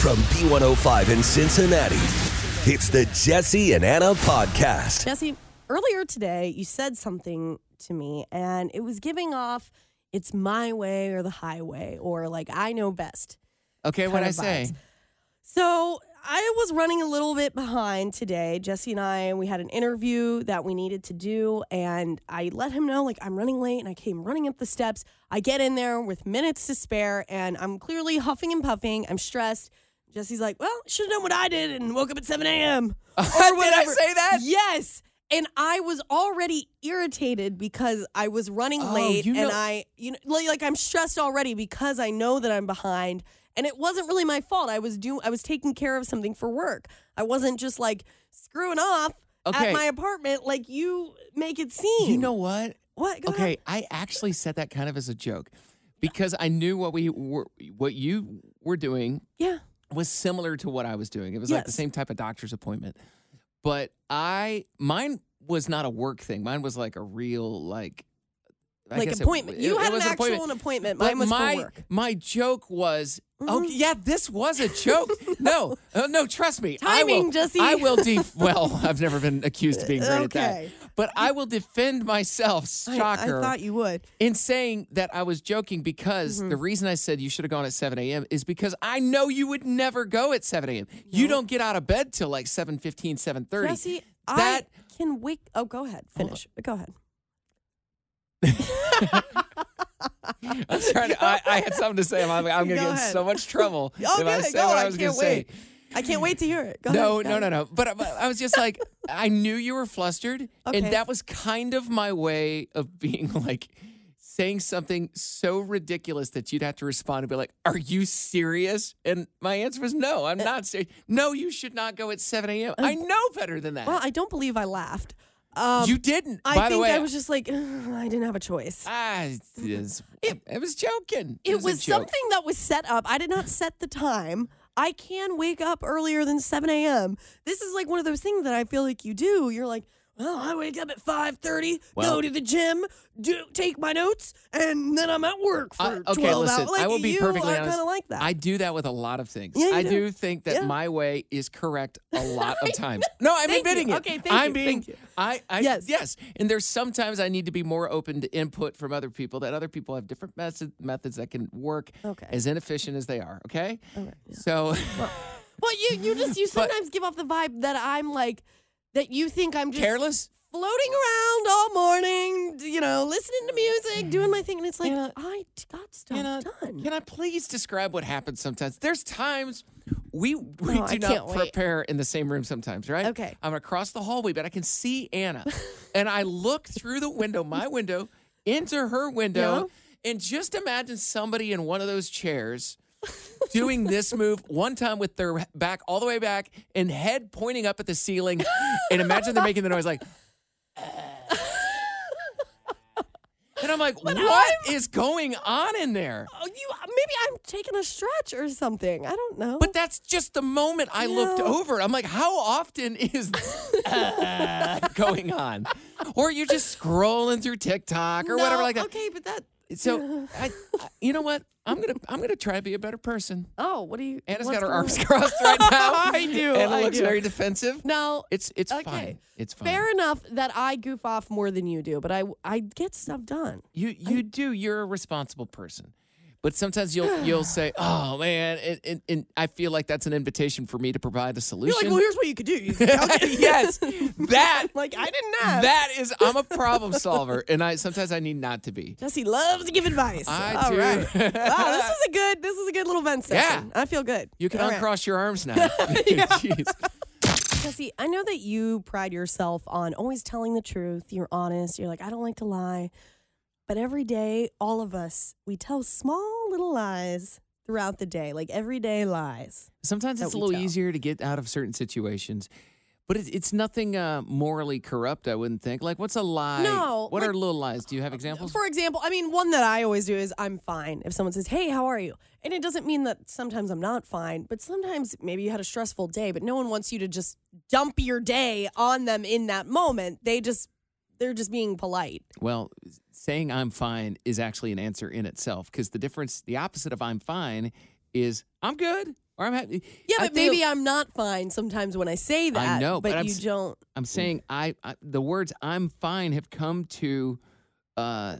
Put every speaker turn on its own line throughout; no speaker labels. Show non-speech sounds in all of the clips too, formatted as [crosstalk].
From B105 in Cincinnati, it's the Jesse and Anna podcast.
Jesse, earlier today you said something to me and it was giving off it's my way or the highway or like I know best.
Okay,
kind
what I
of
say?
vibes. So I was running a little bit behind today. Jesse and I, we had an interview that we needed to do, and I let him know like I'm running late, and I came running up the steps. I get in there with minutes to spare, and I'm clearly huffing and puffing. I'm stressed. Jesse's like, "Well, should have done what I did and woke up at 7
[laughs]
a.m. or
I
whatever."
say that?
Yes. And I was already irritated because I was running
Oh,
late,
you
and
know-
I, you know, like, like I'm stressed already because I know that I'm behind, and it wasn't really my fault. I was do, I was taking care of something for work. I wasn't just like screwing off
Okay.
at my apartment like you make it seem.
You know what?
what? Go
Okay,
ahead.
I actually said that kind of as a joke because I knew what we were, what you were doing
Yeah.
was similar to what I was doing. It was like the
Yes.
same type of doctor's appointment. But I mine was not a work thing. Mine was like a real like I
like
guess it-
appointment. you
it
had an
was
actual
appointment.
an appointment.
But
Mine was
my,
for work. Mm-hmm.
My joke was, oh yeah, this was
[laughs]
a joke. no, uh, no, trust me. I will,
Timing, Jesse.
I will.
[laughs]
Def- well, I've never been accused of being great
Okay.
at that, but I will defend myself.
I-
Shocker!
I thought you would.
in saying that I was joking because the
Mm-hmm.
reason I said you should have gone at 7 a.m. is because I know you would never go at 7 a.m. You don't get out of bed till like 7.15, 7.30.
Jesse, [laughs]
that,
I can wake. Oh, go ahead. Finish. Go ahead.
I, am trying to, I, I had something to say. I'm, I'm
[laughs]
going to
Go
get in
ahead.
so much trouble
[laughs] Oh,
if
good.
I say
go.
what
I,
I was going
can't
to say.
wait. I can't wait to hear it. Go
No,
ahead.
no, no, no. But, but I was just like, I knew you were flustered,
Okay.
and that was kind of my way of being like saying something so ridiculous that you'd have to respond and be like, "Are you serious?" And my answer was, "No,
Uh,
I'm not serious. No, you should not go at 7 a.m. I know better than that.
Well, I don't believe I laughed. Um,
you didn't.
I
by
think
the way,
I was just like, [sighs] "Ugh, I didn't have a choice.
I, is-
It-
I was joking.
it was,
a joke.
something that was set up. I did not set the time. I can wake up earlier than 7 a.m. This is like one of those things that I feel like you do. You're like, well, I wake up at 5.30,
Well-
go to the gym, do take my notes, and then I'm at work for
I-
12
listen,
hours. Like,
I will be
you
perfectly
are
honest.
kind of like that.
I do that with a lot of things.
Yeah, you
I
do.
do think that
Yeah.
my way is correct [laughs] a lot of times.
know.
No, I'm
Thank you.
admitting it.
Okay, thank
I'm
you,
being
thank you.
I, I yes.
Yes.
yes. And there's sometimes I need to be more open to input from other people that other people have different method, methods that can work
Okay.
as inefficient as they are, okay? So [laughs]
well, you, you just, you sometimes give off the vibe that I'm like, that you think I'm just
careless?
floating around all morning, d- you know, listening to music, doing my thing. And it's like,
Anna,
I d- got stuff
Anna,
done.
Can I please describe what happens sometimes? There's times we we
Oh, I
do
can't
not
wait.
prepare in the same room sometimes, right?
Okay.
I'm across the hallway, but I can see Anna. [laughs] and I look through the window, my window, into her window, and just imagine somebody in one of those chairs doing this move one time with their back all the way back and head pointing up at the ceiling. and imagine they're making the noise like and I'm like, what is going on in there?
Oh, you maybe I'm taking a stretch or something. I don't know.
But that's just the moment I looked over. I'm like, how often is [laughs] going on? Or you're just scrolling through TikTok or whatever
No,
like that.
Okay, but that.
So, I, I- you know what? I'm gonna I'm gonna try to be a better person.
[laughs] Oh, what do you?
Anna's
what's
got her
going
arms
on? [laughs]
crossed right now.
I do,
Anna
I
looks
do.
very defensive.
No,
It's it's
okay.
fine. It's fine.
Fair enough that I goof off more than you do, but I I get stuff done.
You you do. You're a responsible person. But
[sighs]
sometimes you'll you'll say, "Oh man," and, and, and I feel like that's an invitation for me to provide a
You're
solution.
like, well, here's what you could do. You
[laughs]
could couch it. [laughs]
yes, that
Like, I didn't ask.
that is. I'm a problem solver, and I sometimes I need not to be.
Jesse loves to give advice.
I
All
do.
right. wow,
[laughs]
this was a good. This was a good little vent session. I feel good.
You can
All right.
uncross your arms
[laughs]
now. [laughs] Jeez.
Jesse, I know that you pride yourself on always telling the truth. You're honest. You're like, I don't like to lie. But every day, all of us, we tell small little lies throughout the day, like everyday lies.
Sometimes
that
it's a
we
little
tell.
easier to get out of certain situations, but it's, it's nothing uh, morally corrupt. I wouldn't think. Like, what's a lie?
No,
What
like- uh,
are little lies? Do you have examples?
For example, I mean, one that I always do is I'm fine. If someone says, Hey, how are you? And it doesn't mean that sometimes I'm not fine, but sometimes maybe you had a stressful day, but no one wants you to just dump your day on them in that moment. They just, they're just being polite.
Well, saying I'm fine is actually an answer in itself because the difference, the opposite of I'm fine, is I'm good or I'm happy.
Yeah,
I
but
feel-
maybe I'm not fine sometimes when I say that.
know, but
but,
I'm
you
s-
don't.
I'm saying I, I the words I'm fine have come to uh,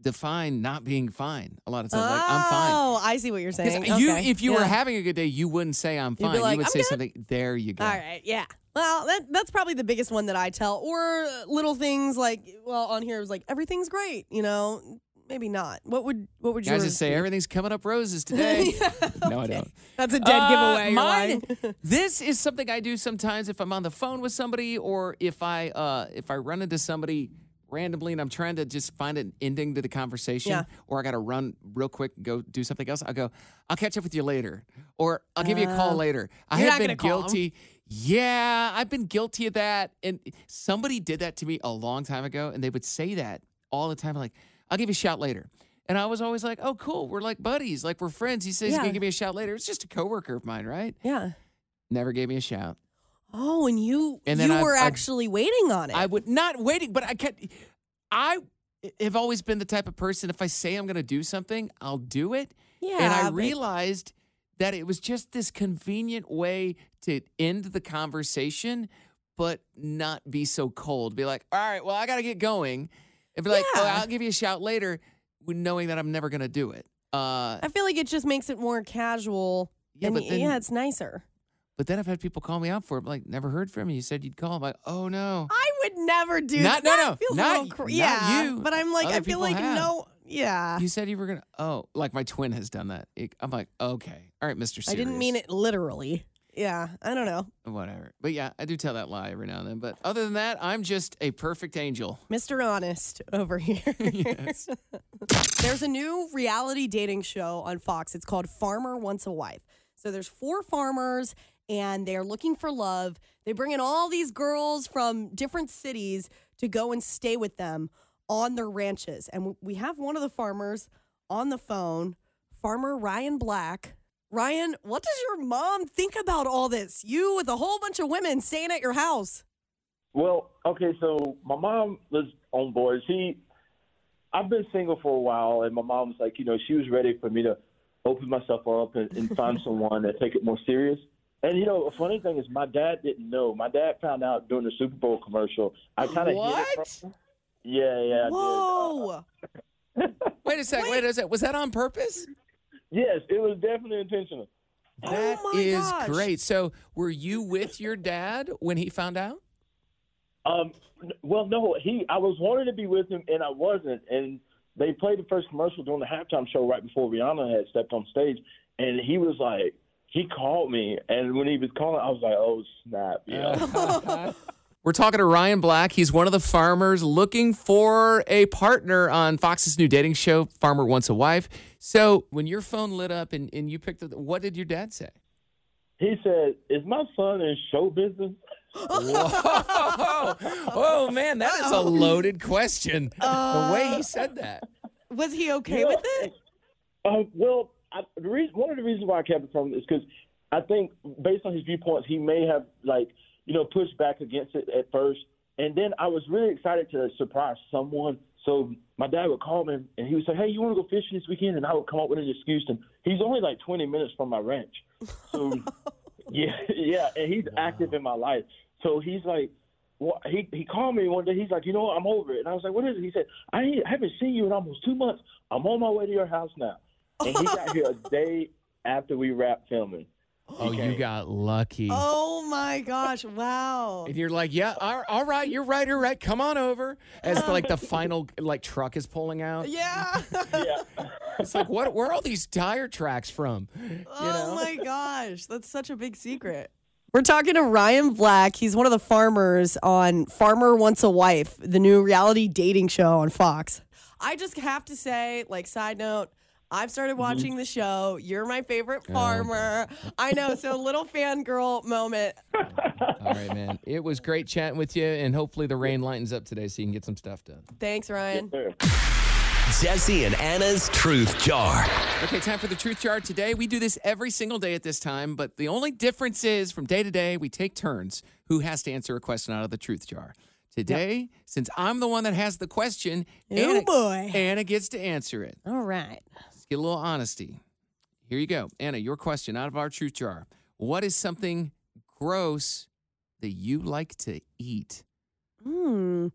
define not being fine a lot of times. Like I'm fine.
Oh, I see what you're
'Cause
saying.
you,
Okay.
if you were
Yeah.
having a good day, you wouldn't say I'm
be
fine.
like,
you would
"I'm
say
good."
something. There you go.
All right, yeah. Well, that that's probably the biggest one that I tell, or uh, little things like, well, on here it was like everything's great, you know. Maybe not. What would what would you
Guys just say everything's coming
[laughs]
up roses today. No, I don't.
That's a [laughs] dead
Uh,
giveaway. you're
Mine,
lying.
this is something I do sometimes if I'm on the phone with somebody or if I uh, if I run into somebody randomly and I'm trying to just find an ending to the conversation
Yeah.
or I got to run real quick and go do something else. I'll go, I'll catch up with you later or I'll give you a call later. I
Uh, you're
have
not
been
gonna call 'em.
guilty. Yeah, I've been guilty of that. And somebody did that to me a long time ago and they would say that all the time like, I'll give you a shout later. And I was always like, oh, cool. We're like buddies. Like, we're friends. He says he's
Yeah.
going to give me a shout later. It's just a coworker of mine, right?
[laughs] Yeah.
never gave me a shout.
Oh, and you
And then
you
I've-
were
I've-
actually waiting on it.
I would not waiting, but I kept. I have always been the type of person. If I say I'm going to do something, I'll do it.
yeah.
and I
but-
realized that it was just this convenient way to end the conversation, but not be so cold. Be like, all right, well, I got to get going, and be like, oh,
Yeah.
I'll give you a shout later, knowing that I'm never going to do it. Uh,
I feel like it just makes it more casual.
Yeah,
and
but
y-
then-
yeah, it's nicer.
but then I've had people call me out for it, like, never heard from you. You said you'd call. I'm like, oh no.
I would never do that.
Not- no, no,
feels
not
a little
y-
cr-
not
yeah,
you.
But I'm like,
Other
I feel
people
like
have.
no. Yeah.
You said you were gonna. Oh, like my twin has done that. It- I'm like, okay, all right, Mister.
I didn't mean it literally. Yeah. I don't know.
Whatever. But yeah, I do tell that lie every now and then. But other than that, I'm just a perfect angel.
Mr. Honest over [laughs] here.
Yes.
[laughs] There's a new reality dating show on Fox. It's called Farmer Wants a Wife. So there's four farmers and they're looking for love. They bring in all these girls from different cities to go and stay with them on their ranches. And w- we have one of the farmers on the phone, farmer Ryan Black. Ryan, what does your mom think about all this? You with a whole bunch of women staying at your house.
Well, okay, so my mom was on board. She, I've been single for a while, and my mom was like, you know, she was ready for me to open myself up and, and find someone and take it more serious. And you know, a funny thing is, my dad didn't know. My dad found out during the Super Bowl commercial. I kind of
What?
Yeah, yeah. I did. Uh,
Whoa.
Wait a sec. Wait. a sec. Was that on purpose?
yes, it was definitely intentional.
Oh
That
my
is
gosh.
great. So, were you with your dad when he found out?
Um, n- well, no, he. I was wanting to be with him, and I wasn't. And they played the first commercial during the halftime show right before Rihanna had stepped on stage, and he was like, he called me, and when he was calling, I was like, oh snap, you know.
We're talking to Ryan Black. He's one of the farmers looking for a partner on Fox's new dating show, Farmer Wants a Wife. So, when your phone lit up and, and you picked up, what did your dad say? [laughs]
he said, is my son in show business?
Whoa. Oh man, that is a loaded question. the way he said that.
Was he okay with [laughs] it?
Uh, well, I, the reason, one of the reasons why I kept it from him is because I think based on his viewpoints, he may have like you know pushed back against it at first, and then I was really excited to surprise someone. So my dad would call me and he would say, "Hey, you want to go fishing this weekend?" And I would come up with an excuse. And he's only like 20 minutes from my ranch,
[laughs]
so yeah, [laughs] yeah, and he's active in my life. So he's like. Well, he he called me one day. He's like, you know, what? I'm over it, and I was like, what is it? He said, I, ain't, I haven't seen you in almost two months. I'm on my way to your house now. and he got here a day after we wrapped filming.
Oh, you got lucky.
Oh my gosh! [laughs] Wow.
And you're like, yeah, all- all right, you're right, you're right. Come on over. As like the final like truck is pulling out.
Yeah.
It's like, what? Where are all these tire tracks from?
[laughs] Oh my gosh, that's such a big secret. We're talking to Ryan Black. He's one of the farmers on Farmer Wants a Wife, the new reality dating show on Fox. I just have to say, like, side note, I've started watching the show. You're my favorite farmer. I know, so little fangirl moment.
All right, man. It was great chatting with you, and hopefully the rain lightens up today so you can get some stuff done.
Thanks, Ryan. [laughs]
Jesse and Anna's Truth Jar.
Okay, time for the truth jar today. We do this every single day at this time, but the only difference is from day to day, we take turns who has to answer a question out of the truth jar. Today, since I'm the one that has the question, Anna,
boy.
Anna gets to answer it.
All right.
Let's get a little honesty. Here you go. Anna, your question out of our truth jar. What is something gross that you like to eat?
Hmm.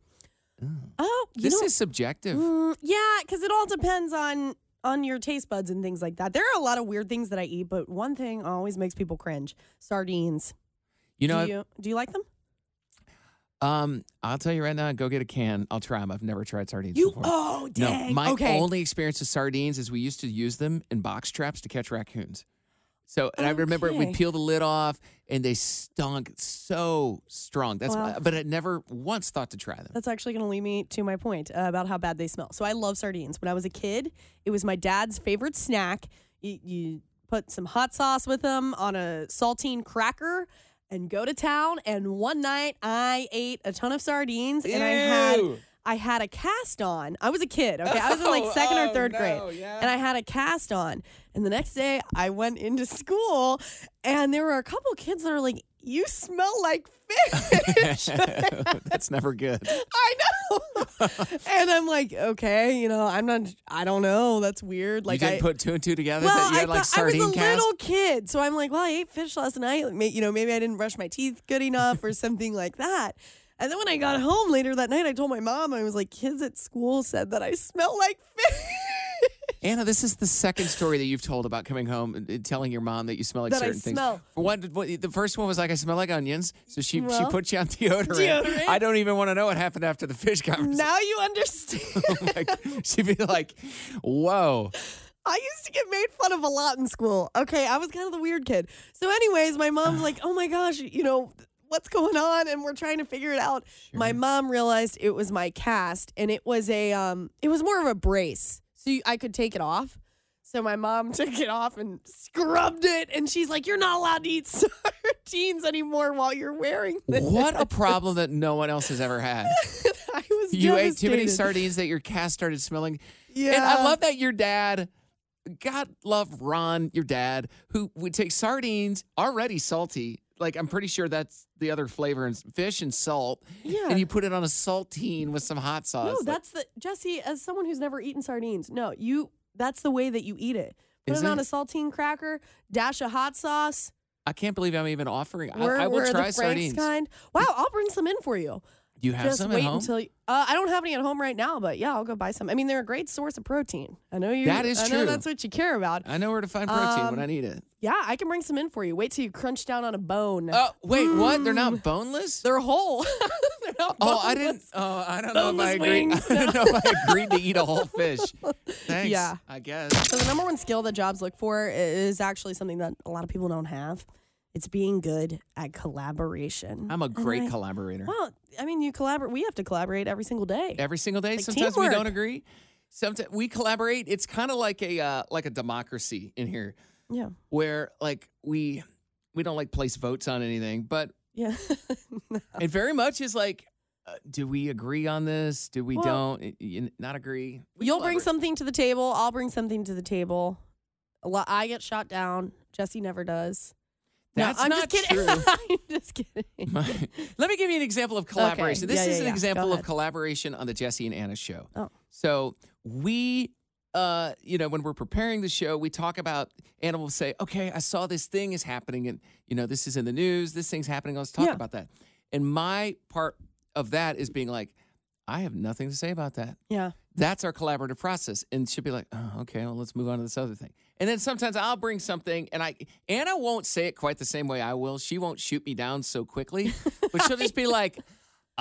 Oh, you
This
know,
is subjective.
Mm, yeah, because it all depends on on your taste buds and things like that. There are a lot of weird things that I eat, but one thing always makes people cringe: sardines.
You know,
do you do you like them?
um, I'll tell you right now, go get a can. I'll try them. I've never tried sardines before.
oh
No,
dang.
my
okay.
only experience with sardines is we used to use them in box traps to catch raccoons. So, and I remember
Okay.
we'd peel the lid off and they stunk so strong. That's,
Wow.
but I never once thought to try them.
That's actually going to lead me to my point uh, about how bad they smell. So I love sardines. When I was a kid, it was my dad's favorite snack. You, you put some hot sauce with them on a saltine cracker. And go to town. And one night, I ate a ton of sardines, and I had
Ew.
I had a cast on. I was a kid, okay? I was in like
[laughs] Oh,
second
oh,
or third
no,
grade.
yeah.
And I had a cast on. And the next day I went into school and there were a couple kids that are like, You smell like fish. [laughs]
[laughs] That's never good.
I know. [laughs] and I'm like, okay, you know, I'm not I don't know. That's weird. Like
you didn't
I
put two and two together
well,
that you
I,
had like
thought- I was
sardine
a
cast.
little kid, so I'm like, well, I ate fish last night. Like, may- You know, maybe I didn't brush my teeth good enough or something like that. And then when I got home later that night, I told my mom, I was like, kids at school said that I smell like fish. [laughs]
Anna, this is the second story that you've told about coming home and- and telling your mom that you smell like
That I
certain things.
smell.
For one, what, the first one was like I smell like onions, so she she
Well,
put you on deodorant.
deodorant.
I don't even want to know what happened after the fish conversation. [laughs]
now you understand.
like, she'd be like,
[laughs]
"Whoa,
I used to get made fun of a lot in school. Okay, I was kind of the weird kid. So, anyways, my mom's like, oh my gosh, you know, what's going on? And we're trying to figure it out. My mom realized it was my cast and it was a, um, it was more of a brace. So you, I could take it off. So my mom [laughs] took it off and scrubbed it. And she's like, you're not allowed to eat [laughs] sardines anymore while you're wearing this.
what a problem that no one else has ever had."
[laughs] I was
You ate too many
devastated.
sardines that your cast started smelling.
Yeah.
And I love that your dad, God love Ron, your dad, who would take sardines already salty. Like, I'm pretty sure that's the other flavor and fish and salt.
Yeah.
And you put it on a saltine with some hot sauce.
No,
Like,
that's the Jesse. As someone who's never eaten sardines, no, you. That's the way that you eat it. Put
Is
it, on
it?
a saltine cracker, dash a hot sauce.
I can't believe I'm even offering. I,
We're,
I will
we're
try
the Frank's
sardines.
kind. Wow, I'll bring some in for you.
Do you have
Just
some
wait
at home?
until you, uh, I don't have any at home right now, but yeah, I'll go buy some. I mean, they're a great source of protein. I know you.
That is
I know
true.
that's what you care about.
I know where to find protein when
Um,
I need it.
Yeah, I can bring some in for you. Wait till you crunch down on a bone.
Oh, wait, what? They're
hmm.
not boneless?
they're whole. [laughs] They're not
Oh, I
boneless.
didn't. Oh, I don't know if I
boneless
agreed.
wings.
[laughs] I don't know if I agreed to eat a whole fish. Thanks.
[laughs] Yeah.
I guess.
So the number one skill that jobs look for is actually something that a lot of people don't have. It's being good at collaboration.
I'm a great
I-
collaborator.
well, I mean, you collaborate. We have to collaborate every single day.
Every single day.
like
Sometimes we don't
teamwork.
agree. Sometimes we collaborate. It's kind of like a uh, like a democracy in here,
yeah,
where like we we don't like place votes on anything, but
yeah. [laughs] Oh.
it very much is like, uh, do we agree on this? Do we
Well-
don't? Y- y- not agree. We
You'll bring
collaborate.
something to the table. I'll bring something to the table. A lot, I get shot down. Jesse never does.
That's
no, I'm
not
just kidding.
true.
[laughs] I'm just kidding.
My- [laughs] Let me give you an example of collaboration. This
Yeah,
is
yeah,
an
yeah.
example
Go
of
ahead.
collaboration on the Jesse and Anna show.
[laughs] Oh.
So we, uh, you know, when we're preparing the show, we talk about Anna will say, "Okay, I saw this thing is happening, and you know, this is in the news. This thing's happening. Let's talk
Yeah.
about that." And my part of that is being like, "I have nothing to say about that."
Yeah.
That's our collaborative process. And she'll be like, oh, okay, well, let's move on to this other thing. And then sometimes I'll bring something and I Anna won't say it quite the same way I will. She won't shoot me down so
[laughs]
quickly, but she'll just be like,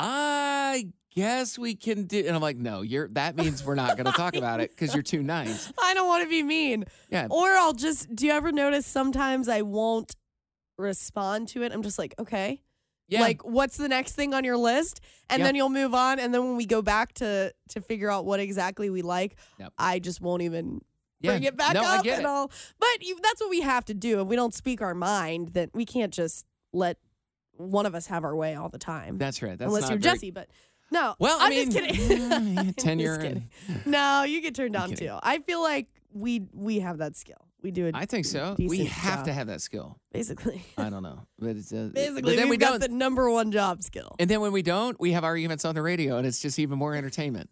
I guess we can do and I'm like, no, you're that means we're not gonna talk about it because you're
[laughs]
too nice.
I don't want to be mean.
Yeah.
Or I'll just, do you ever notice sometimes I won't respond to it? I'm just like, okay.
Yeah.
Like, what's the next thing on your list? And
Yeah.
then you'll move on. And then when we go back to to figure out what exactly we like,
Yep.
I just won't even
yeah.
bring it back
no,
up
I get
and
it.
all. But you, that's what we have to do. If we don't speak our mind, then we can't just let one of us have our way all the time.
That's right. That's
Unless
not
you're
very-
Jesse, but no.
Well, I
I'm
mean,
just kidding.
[laughs]
[laughs]
yeah,
I'm just
tenure and- [laughs]
kidding. no, you get turned down
kidding.
too. I feel like we we have that skill. We do it.
I think so. We
decent
have to
job.
have that skill. [laughs]
basically.
I don't know, but it's, uh,
Basically,
but then
we've
we
got
don't.
the number one job skill.
and then when we don't, we have arguments on the radio, and it's just even
[laughs]
more entertainment.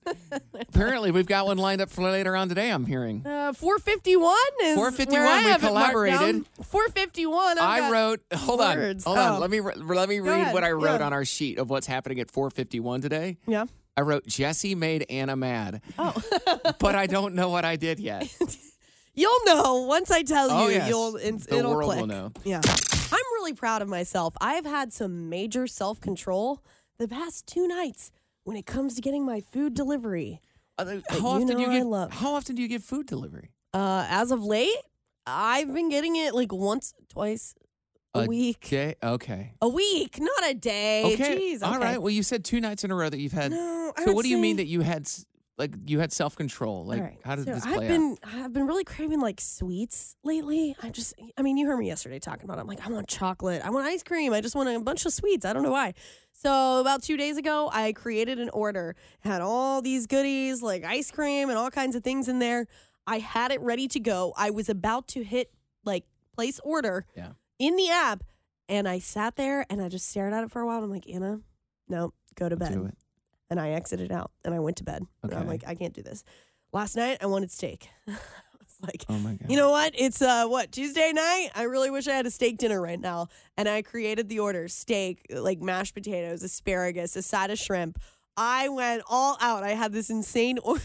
Apparently, we've got one lined up for later on today. I'm hearing.
Uh, 451 is
451,
where I
we
have it marked down.
collaborated.
451. I've
I
got-
wrote. Hold
words.
on, hold
Oh.
on. Let me re- let me read
ahead.
what I wrote
Yeah.
on our sheet of what's happening at 4:51 today.
Yeah.
I wrote Jesse made Anna mad. Oh, [laughs]
[laughs]
but I don't know what I did yet.
You'll know once I tell you.
Oh, yes.
You'll it's,
The
it'll
world will
click.
know.
Yeah, I'm really proud of myself. I've had some major self control the past two nights when it comes to getting my food delivery.
Uh,
But
How
you
often do
know
you
I
get?
love-
How often do you get food delivery?
Uh, as of late, I've been getting it like once, twice a, week,
day- Okay.
a week, not a day. Jeez,
All
Eh, okay.
right. Well, you said two nights in a row that you've had.
No, I
so
would
what do you mean
say-
that you had s- like you had self control? Like
All right.
how did
so
this
I've
play out?
been I've been really craving like sweets lately. I just I mean you heard me yesterday talking about it. I'm like I want chocolate. I want ice cream. I just want a bunch of sweets. I don't know why. So about 2 days ago, I created an order. Had all these goodies like ice cream and all kinds of things in there. I had it ready to go. I was about to hit like place order
Yeah.
in the app and I sat there and I just stared at it for a while and I'm like, "Anna, no, go to bed."
Do it.
and I exited out and I went to bed. And I'm
Okay.
like, I can't do this. Last night I wanted steak. [laughs] I was like,
Oh my god.
you know what? It's uh what Tuesday night. I really wish I had a steak dinner right now. And I created the order: steak, like mashed potatoes, asparagus, a side of shrimp. I went all out. I had this insane [laughs] order.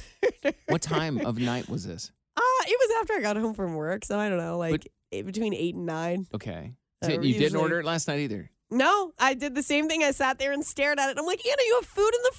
what time of night was this?
Uh, it was after I got home from work, so I don't know, like eh, between eight and nine.
[laughs] Okay.
Uh,
So you didn't
usually-
order it last night either.
No, I did the same thing. I sat there and stared at it. I'm like, Anna, you have food in the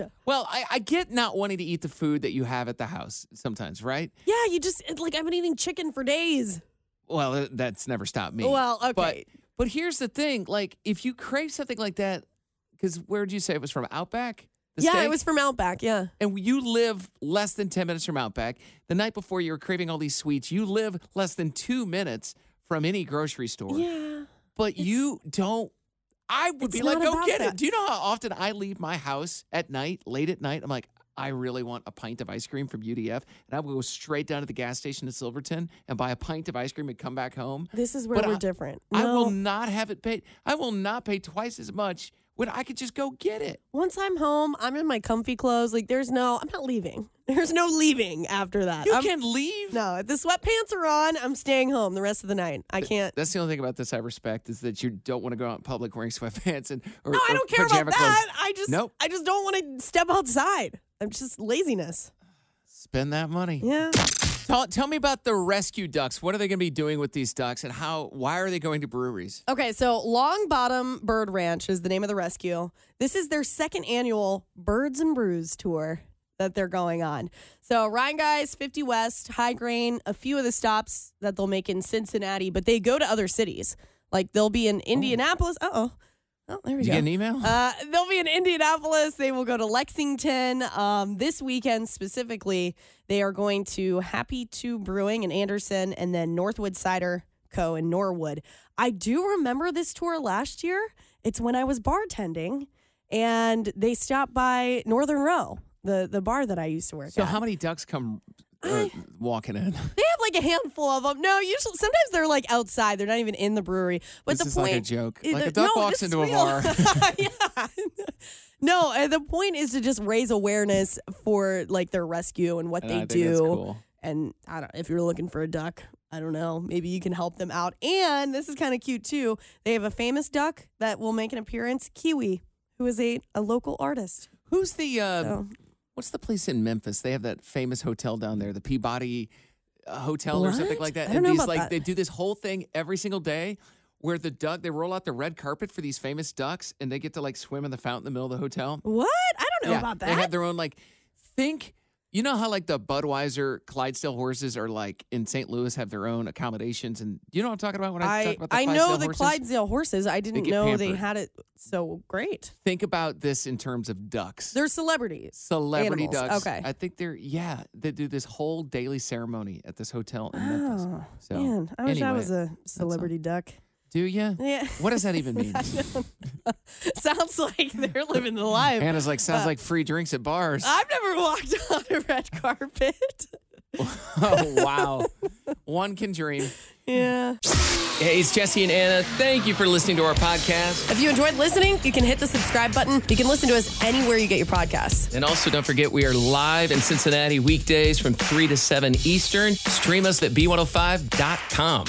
fridge.
Well, I, I get not wanting to eat the food that you have at the house sometimes, right?
Yeah, you just it's like I've been eating chicken for days.
Well, th- that's never stopped me.
Well,
But,
okay.
but here's the thing: like, if you crave something like that, because where'd you say it was from? Outback. The
yeah, it
steak?
was from Outback. Yeah.
and you live less than 10 minutes from Outback, the night before you were craving all these sweets, you live less than two minutes from any grocery store.
Yeah.
but you don't. I would be
It's
like,
not
go
about
get
that."
it. Do you know how often I leave my house at night, late at night? I'm like, I really want a pint of ice cream from UDF. And I would go straight down to the gas station in Silverton and buy a pint of ice cream and come back home.
This is where
But
we're
I-
different.
I will
No.
not have it paid. I will not pay twice as much when I could just go get it.
Once I'm home, I'm in my comfy clothes. Like, there's no, I'm not leaving. [laughs] There's no leaving after that.
You
I'm-
can leave.
No, if the sweatpants are on, I'm staying home the rest of the night. I can't.
That's the only thing about this I respect is that you don't want to go out in public wearing [laughs] sweatpants and or,
No, I
or
don't care about
pajama clothes.
that. I just,
Nope.
I just don't want to step outside. I'm just laziness.
Spend that money.
Yeah.
Tell, tell me about the rescue ducks. What are they going to be doing with these ducks, and how? Why are they going to breweries?
Okay, so Long Bottom Bird Ranch is the name of the rescue. This is their second annual Birds and Brews tour that they're going on. So Ryan Guys, 50 West, High Grain, a few of the stops that they'll make in Cincinnati, but they go to other cities. Like they'll be in Indianapolis. Uh oh. Oh, there we
Did
go.
you get an email?
Uh, they'll be in Indianapolis. They will go to Lexington. Um, this weekend specifically, they are going to Happy Two Brewing in Anderson and then Northwood Cider Co. in Norwood. I do remember this tour last year. It's when I was bartending and they stopped by Northern Row, the, the bar that I used to work
so,
at.
how many ducks come uh,
[laughs]
walking in?
they have like a handful of them. No, usually sometimes they're like outside. They're not even in the brewery. But
This
the
is
point
like a joke.
it-
Like
the-
a duck
no,
walks
this is
into a
real.
bar.
[laughs] yeah. No, uh, the point is to just raise awareness for like their rescue and what
And
they
I think
do.
that's cool.
And I don't if you're looking for a duck, I don't know, maybe you can help them out. And this is kind of cute too. They have a famous duck that will make an appearance, Kiwi, who is a, a local artist.
Who's the? Uh,
So
what's the place in Memphis? They have that famous hotel down there, the Peabody uh, Hotel or something
What?
like that.
I don't
and
know
these
about
like
that.
they do this whole thing every single day where the duck they roll out the red carpet for these famous ducks and they get to like swim in the fountain in the middle of the hotel.
What? I don't know about
They
that.
have their own like think you know how like the Budweiser Clydesdale horses are like in St. Louis have their own accommodations and you know what I'm talking about when I,
I,
talk about the
I
Clydesdale
know the
horses?
Clydesdale horses. I didn't
get
know they
pampered.
had it so great.
Think about this in terms of ducks.
They're celebrities.
celebrity
Animals,
ducks.
okay.
I think they're yeah, they do this whole daily ceremony at this hotel in Memphis.
Oh,
So
Man, I wish I
anyway,
was a celebrity duck. [laughs]
Do you?
Yeah.
What does that
[laughs]
even mean?
Sounds like they're living the life.
Hannah's like sounds
Uh,
like free drinks
[laughs]
at bars.
I've never walked on a red carpet.
oh wow. One can dream.
Yeah.
Hey, it's Jesse and Anna. Thank you for listening to our podcast.
If you enjoyed listening, you can hit the subscribe button. You can listen to us anywhere you get your podcasts.
And also, don't forget, we are live in oh Cincinnati weekdays from 3 to 7 Eastern. Stream us at b105.com.